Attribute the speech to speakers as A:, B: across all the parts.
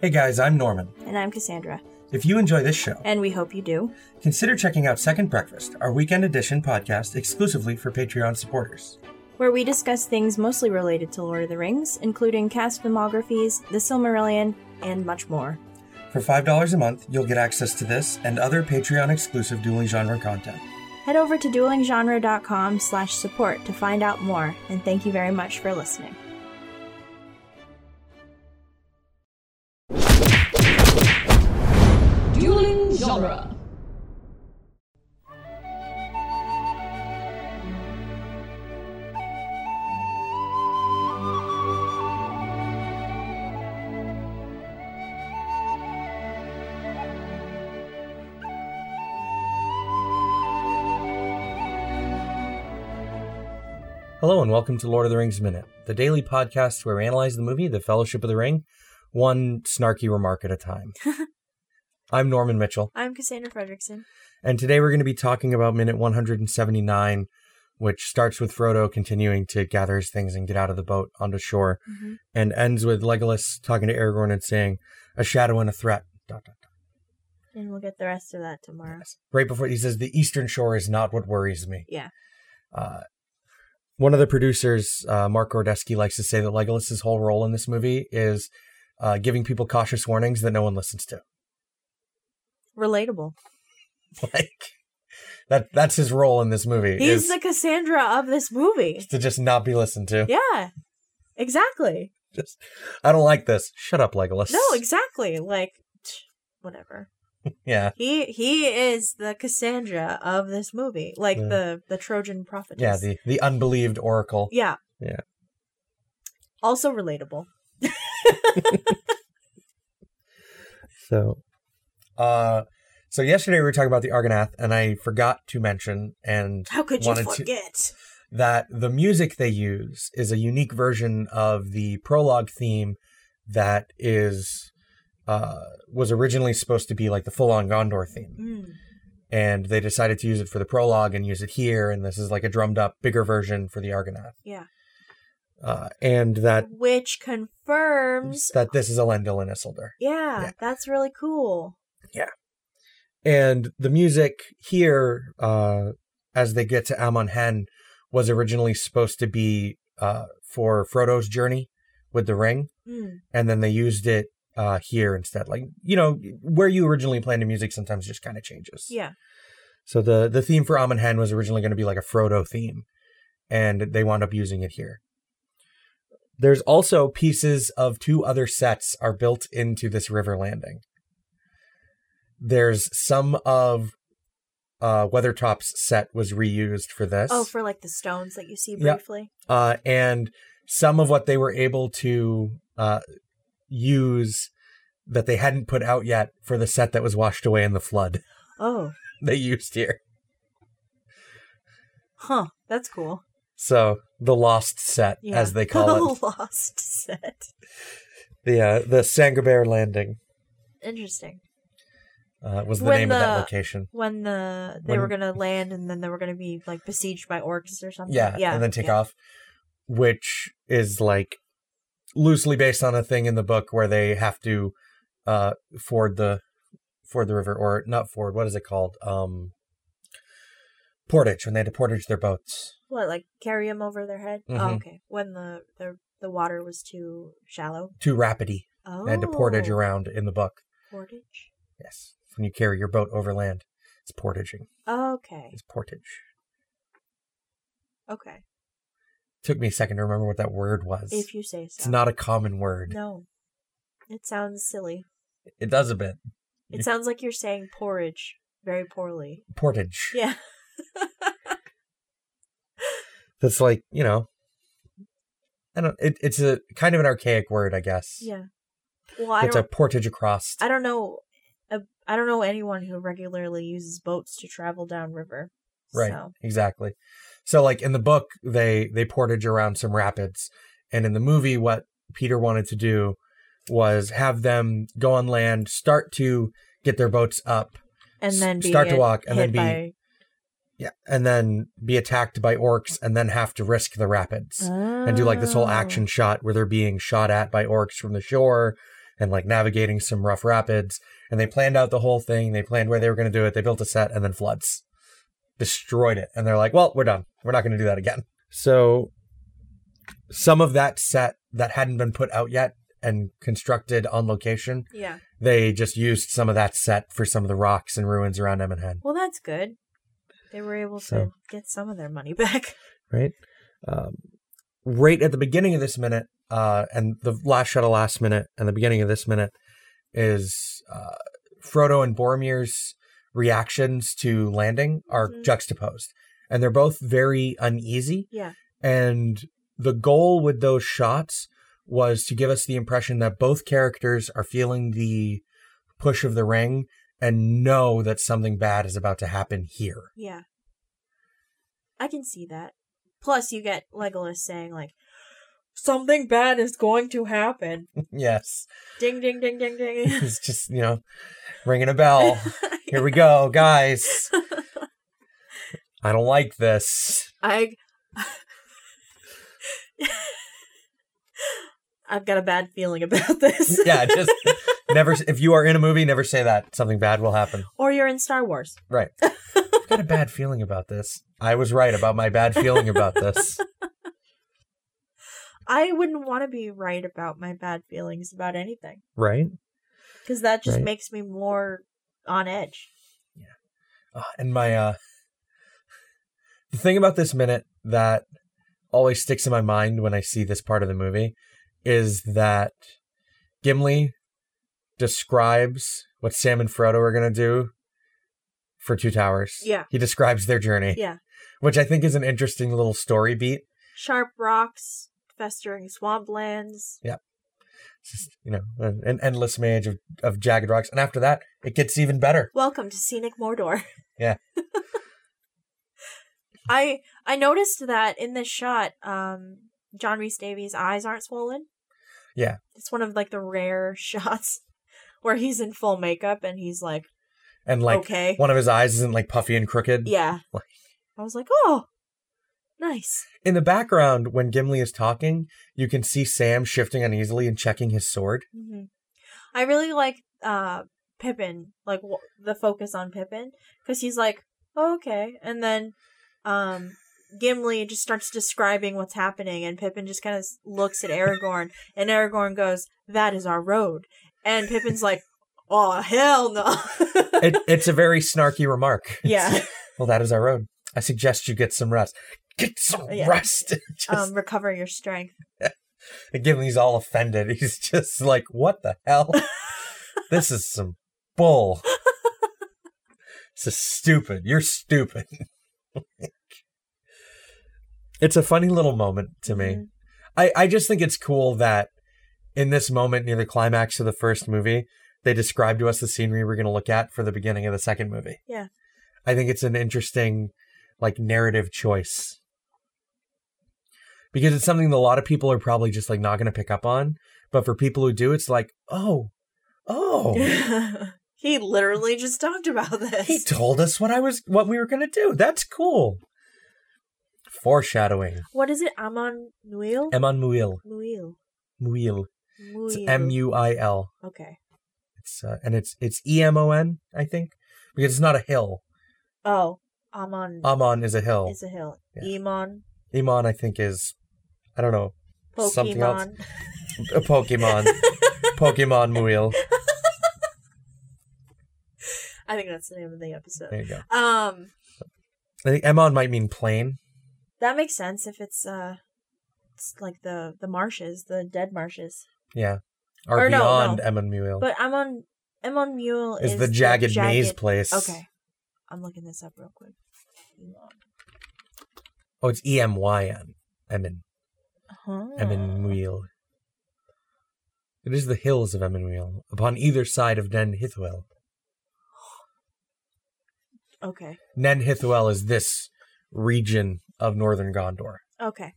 A: Hey guys, I'm Norman.
B: And I'm Cassandra,
A: If you enjoy this show,
B: and we hope you do.
A: consider checking out Second Breakfast, our weekend edition podcast exclusively for Patreon supporters.
B: where we discuss things mostly related to Lord of the Rings, including cast filmographies, The Silmarillion, and much more.
A: For $5 a month, you'll get access to this and other Patreon exclusive dueling genre content.
B: Head over to duelinggenre.com slash support to find out more, and thank you very much for listening.
C: Dueling genre.
A: Hello, and welcome to Lord of the Rings Minute, the daily podcast where we analyze the movie The Fellowship of the Ring, one snarky remark at a time. I'm Norman Mitchell,
B: I'm Cassandra Fredrickson.
A: and today we're going to be talking about minute 179, which starts with Frodo continuing to gather his things and get out of the boat onto shore,
B: Mm-hmm.
A: and ends with Legolas talking to Aragorn and saying, A shadow and a threat. Dot, dot, dot.
B: And we'll get the rest of that tomorrow.
A: Right before he says, The eastern shore is not what worries me.
B: Yeah.
A: Uh, one of the producers, uh, Mark Gordesky, likes to say that Legolas's whole role in this movie is uh, giving people cautious warnings that no one listens to.
B: Relatable.
A: Like that that's his role in this movie
B: He's
A: is
B: the Cassandra of this movie.
A: to just not be listened to.
B: Yeah. Exactly.
A: Just I don't like this. Shut up, Legolas.
B: No, exactly. Like, tch, whatever.
A: yeah.
B: He he is the Cassandra of this movie, like
A: Yeah.
B: the the Trojan prophetess.
A: Yeah, the, the unbelieved oracle.
B: yeah,
A: Yeah.
B: Also relatable.
A: So, uh, so yesterday we were talking about the Argonath, and I forgot to mention and
B: How could you
A: wanted to-
B: forget?
A: that the music they use is a unique version of the prologue theme that is uh, was originally supposed to be like the full on Gondor theme,
B: Mm.
A: and they decided to use it for the prologue and use it here, and this is like a drummed up bigger version for the Argonath.
B: Yeah.
A: Uh, and that
B: Which confirms.
A: that this is Elendil and Isildur.
B: Yeah,
A: Yeah.
B: that's really cool.
A: and the music here uh as they get to Amon Hen was originally supposed to be uh for Frodo's journey with the ring
B: Mm.
A: and then they used it uh here instead like you know where you originally planned the music sometimes just kind of changes
B: Yeah.
A: so the the theme for Amon Hen was originally going to be like a Frodo theme and they wound up using it here there's also pieces of two other sets are built into this river landing there's some of uh Weathertop's set was reused for this
B: Oh, for like the stones that you see
A: Yeah.
B: briefly.
A: uh, and some of what they were able to uh, use that they hadn't put out yet for the set that was washed away in the flood
B: Oh,
A: they used here.
B: huh. That's cool.
A: So the lost set,
B: Yeah. Oh.
A: as they call it,
B: Lost set.
A: the uh, the Sangobert Landing
B: Interesting.
A: uh, was the
B: When
A: name of that
B: the-
A: location.
B: When the they
A: When-
B: were gonna land and then they were gonna be like besieged by orcs or something.
A: Yeah, and then take
B: um, yeah.
A: off, which is like loosely based on a thing in the book where they have to uh, ford the ford the river or not ford. What is it called? Um, portage when they had to portage their boats.
B: What, like carry them over their head? Oh,
A: Mhm.
B: okay. When the, the the water was too shallow.
A: Too rapidy.
B: Oh.
A: They had to portage around in the book.
B: Portage.
A: Yes, when you carry your boat overland, it's portaging.
B: Okay.
A: It's portage.
B: Okay.
A: Took me a second to remember what that word was.
B: If you say so.
A: it's not a common word.
B: No. It sounds silly.
A: It does a bit.
B: It sounds like you're saying porridge very poorly.
A: Portage.
B: Yeah.
A: that's like you know i don't it, it's a kind of an archaic word i guess
B: Yeah. Well, I
A: it's a
B: don't.
A: portage across
B: I I don't know. I I don't know anyone who regularly uses boats to travel downriver.
A: right
B: So.
A: exactly so like in the book they they portage around some rapids and in the movie what peter wanted to do was have them go on land start to get their boats up
B: And
A: S-
B: then be
A: start to
B: hit-
A: walk and then
B: hit
A: be-
B: by-
A: yeah and then be attacked by orcs and then have to risk the rapids and do like this whole
B: Oh.
A: action shot where they're being shot at by orcs from the shore and like navigating some rough rapids. And they planned out the whole thing. They planned where they were going to do it. They built a set and then floods destroyed it. And they're like, well, we're done. We're not going to do that again. So some of that set that hadn't been put out yet and constructed on location,
B: Oh. Yeah.
A: they just used some of that set for some of the rocks and ruins around Head.
B: Well, that's good. They were able to
A: So-
B: get some of their money back.
A: right? Um, right at the beginning of this minute, uh, and the last shot of last minute, and the beginning of this minute is uh, Frodo and Boromir's reactions to landing are
B: Mhm.
A: juxtaposed, and they're both very uneasy.
B: Yeah.
A: And the goal with those shots was to give us the impression that both characters are feeling the push of the ring and know that something bad is about to happen here.
B: Yeah. I can see that. Plus, you get Legolas saying, like, something bad is going to happen.
A: yes.
B: Ding, ding, ding, ding, ding.
A: it's just you know ringing a bell here we go guys i don't like this
B: I. I've got a bad feeling about this.
A: yeah just never if you are in a movie never say that something bad will happen
B: Or you're in Star Wars.
A: right i've got a bad feeling about this i was right about my bad feeling about this
B: I wouldn't want to be right about my bad feelings about anything
A: right
B: because that just
A: Right.
B: makes me more on edge.
A: Uh, and my uh the thing about this minute that always sticks in my mind when i see this part of the movie is that gimli describes what sam and frodo are going to do for two towers
B: Yeah.
A: he describes their journey
B: Yeah.
A: which i think is an interesting little story beat
B: Sharp rocks, festering swamplands.
A: It's just, you know an, an endless maze of, of jagged rocks and after that it gets even better
B: Welcome to scenic Mordor.
A: Yeah.
B: I I noticed that in this shot, um, John Reese Davies' eyes aren't swollen.
A: Yeah.
B: It's one of like the rare shots where he's in full makeup and he's like,
A: and like
B: okay,
A: one of his eyes isn't like puffy and crooked
B: yeah.
A: Like-
B: I was like, oh, nice.
A: In the background, when Gimli is talking, you can see Sam shifting uneasily and checking his sword.
B: hmm I really like uh Pippin, like w- the focus on Pippin, because he's like, oh, okay, and then um Gimli just starts describing what's happening, and Pippin just kind of looks at Aragorn, and Aragorn goes, "That is our road," and Pippin's like, "Oh hell no!"
A: It, it's a very snarky remark.
B: yeah,
A: Well, that is our road. I suggest you get some rest. Get some
B: Yeah.
A: rest. Just,
B: um, recover your strength.
A: and Gimli's all offended. He's just like, what the hell? this is some bull. this is stupid. You're stupid. it's a funny little moment to me.
B: Mhm.
A: I, I just think it's cool that in this moment near the climax of the first movie, they describe to us the scenery we're going to look at for the beginning of the second movie.
B: Yeah.
A: I think it's an interesting, like, narrative choice because it's something that a lot of people are probably just, like, not going to pick up on. But for people who do, it's like, oh, oh,
B: he literally just talked about this.
A: he told us what I was, what we were going to do. That's cool. Foreshadowing.
B: what is it? Amon Nuil.
A: Eman Muil.
B: Nuil.
A: Muil. It's
B: Nuil.
A: M U I L.
B: Okay.
A: It's uh, and it's it's E M O N, I think, because it's not a hill.
B: Oh, Amon
A: Amon is a hill.
B: is a hill.
A: Oh. Yeah.
B: Emon,
A: Iman, I think, is I don't know
B: Pokemon.
A: something else. A Pokemon, Pokemon Muil.
B: I think that's the name of the episode.
A: There you go.
B: Um,
A: I think Emon might mean plain.
B: that makes sense if it's uh, it's like the the marshes, the dead marshes.
A: Yeah, or,
B: Or no,
A: beyond
B: no.
A: Emon Muil
B: But Amon Amon Mule
A: Oh. is,
B: is
A: the jagged, maze place.
B: Okay, I'm looking this up real quick. Emon.
A: Oh, it's E M Y N. Emin
B: Huh.
A: Emin
B: Hmm.
A: Muil. It is the hills of Emin Muil upon either side of Nen Hithwel.
B: Okay.
A: Nen Hithwel is this region of northern Gondor.
B: Okay.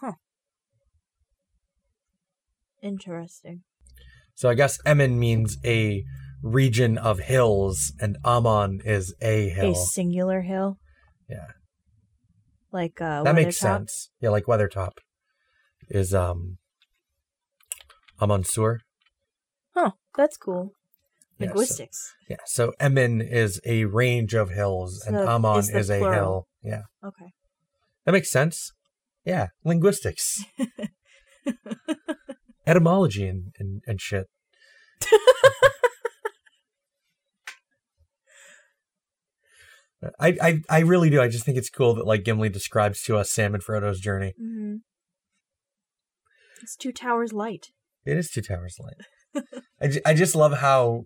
B: Huh. Interesting.
A: So I guess Emin means a region of hills, and Amon is a hill.
B: A singular hill.
A: Yeah.
B: Like uh,
A: that makes
B: Weathertop?
A: sense. Yeah, like Weathertop is um Amon Sur.
B: That's cool.
A: Yeah, so-
B: Linguistics.
A: Yeah. So Emin is a range of hills, and
B: So
A: Amon
B: is the
A: is a
B: plural.
A: hill. Yeah.
B: Okay.
A: That makes sense. Yeah. Linguistics. Etymology and, and, and shit. I, I I really do. I just think it's cool that like Gimli describes to us Sam and Frodo's journey.
B: hmm It's two towers light.
A: It is two towers light. I, ju- I just love how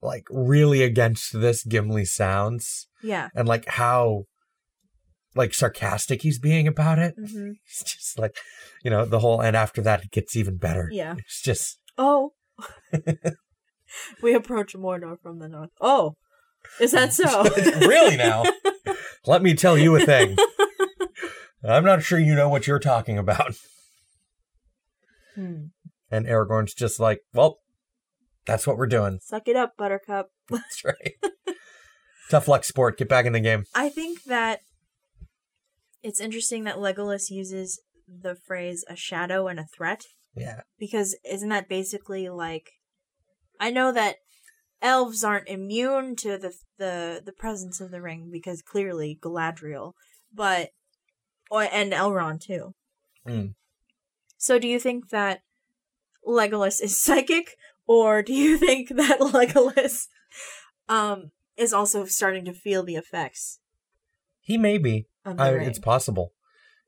A: like really against this Gimli sounds.
B: Yeah.
A: and like how like sarcastic he's being about it.
B: hmm
A: It's just like, you know, the whole and after that it gets even better.
B: Yeah.
A: It's just
B: Oh. we approach Mordor from the north. Oh. Is that so?
A: really now. Let me tell you a thing. I'm not sure you know what you're talking about.
B: Hmm.
A: And Aragorn's just like, well, that's what we're doing.
B: Suck it up, Buttercup.
A: That's right. Tough luck, sport. Get back in the game.
B: I think that it's interesting that Legolas uses the phrase a shadow and a threat
A: Yeah.
B: because isn't that basically like I know that elves aren't immune to the the the presence of the ring because clearly Galadriel, but or, and Elrond too.
A: Mm.
B: So do you think that Legolas is psychic or do you think that Legolas um is also starting to feel the effects
A: He may be.
B: of the
A: I,
B: ring?
A: it's possible.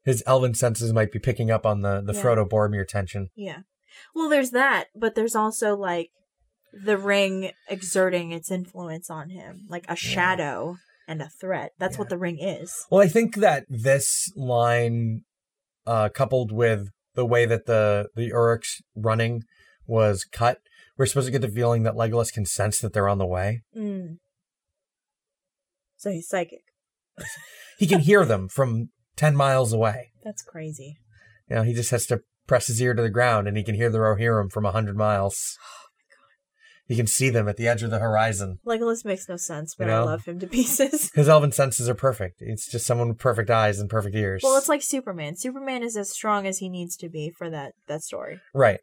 A: His elven senses might be picking up on the, the
B: Yeah.
A: Frodo Boromir tension.
B: Yeah. Well, there's that, but there's also like the ring exerting its influence on him, like a shadow and a threat. That's what
A: Yeah.
B: the ring is.
A: Well, I think that this line, uh, coupled with the way that the the Uruk's running was cut, we're supposed to get the feeling that Legolas can sense that they're on the way.
B: Mm. So he's psychic.
A: He can hear them from ten miles away.
B: That's crazy.
A: You know, he just has to press his ear to the ground, and he can hear the Rohirrim from hundred miles.
B: Oh
A: He can see them at the edge of the horizon.
B: Legolas makes no sense, but
A: You know?
B: I love him to pieces.
A: His elven senses are perfect. It's just someone with perfect eyes and perfect ears.
B: well, it's like Superman. Superman is as strong as he needs to be for that that story.
A: right.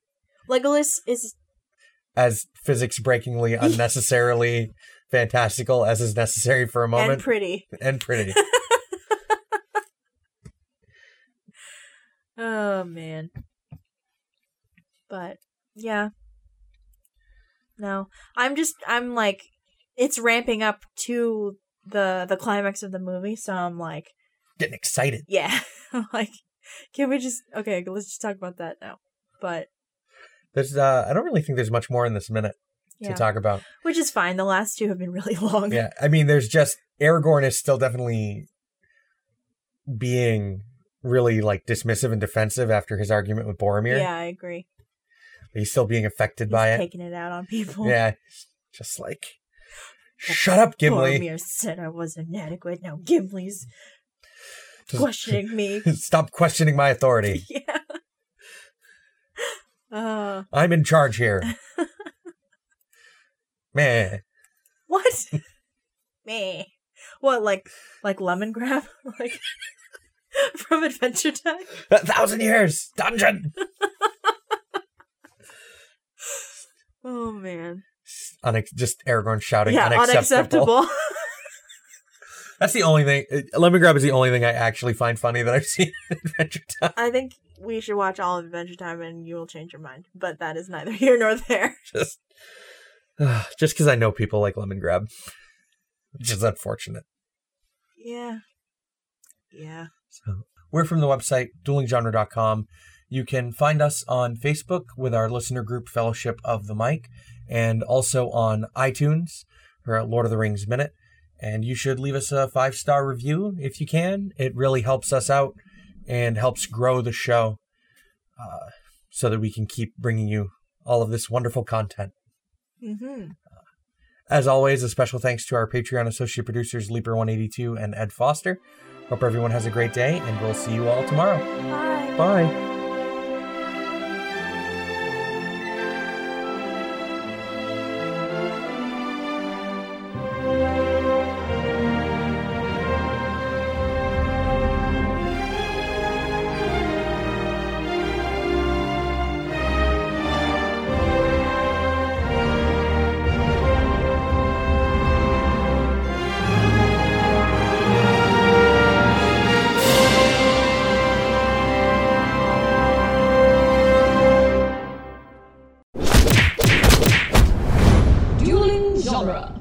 B: Legolas is
A: As physics breakingly unnecessarily fantastical as is necessary for a moment.
B: and pretty.
A: and pretty.
B: Oh man. But yeah. No. I'm just I'm like it's ramping up to the the climax of the movie, so I'm like,
A: Getting excited.
B: yeah. I'm like, can we just okay, let's just talk about that now. But
A: There's uh I don't really think there's much more in this minute
B: yeah.
A: to talk about.
B: Which is fine. The last two have been really long.
A: Yeah. I mean there's just Aragorn is still definitely being really like dismissive and defensive after his argument with Boromir.
B: Yeah, I agree.
A: He's still being affected
B: He's
A: by it.
B: taking it out on people.
A: Yeah. Just like Shut up, Gimli.
B: Boromir said I was inadequate. Now Gimli's
A: Just-
B: questioning me.
A: Stop questioning my authority.
B: yeah. Uh,
A: I'm in charge here. Man,
B: what? Me? What? Like like lemon grab? like from Adventure Time?
A: a thousand years dungeon
B: Oh man.
A: Unex- just Aragorn shouting
B: yeah,
A: unacceptable.
B: unacceptable.
A: That's the only thing. uh, Lemon Grab is the only thing I actually find funny that I've seen in Adventure Time.
B: I think we should watch all of Adventure Time, and you will change your mind. But that is neither here nor there.
A: Just, uh, just because I know people like Lemon Grab, which is unfortunate.
B: Yeah. Yeah.
A: So we're from the website duelinggenre.com. You can find us on Facebook with our listener group Fellowship of the Mic, and also on iTunes for Lord of the Rings Minute. And you should leave us a five star review if you can. It really helps us out and helps grow the show uh, so that we can keep bringing you all of this wonderful content.
B: Mm-hmm.
A: As always, a special thanks to our Patreon associate producers, Leaper182 and Ed Foster. Hope everyone has a great day, and we'll see you all tomorrow.
B: Bye.
A: Bye.
C: genre.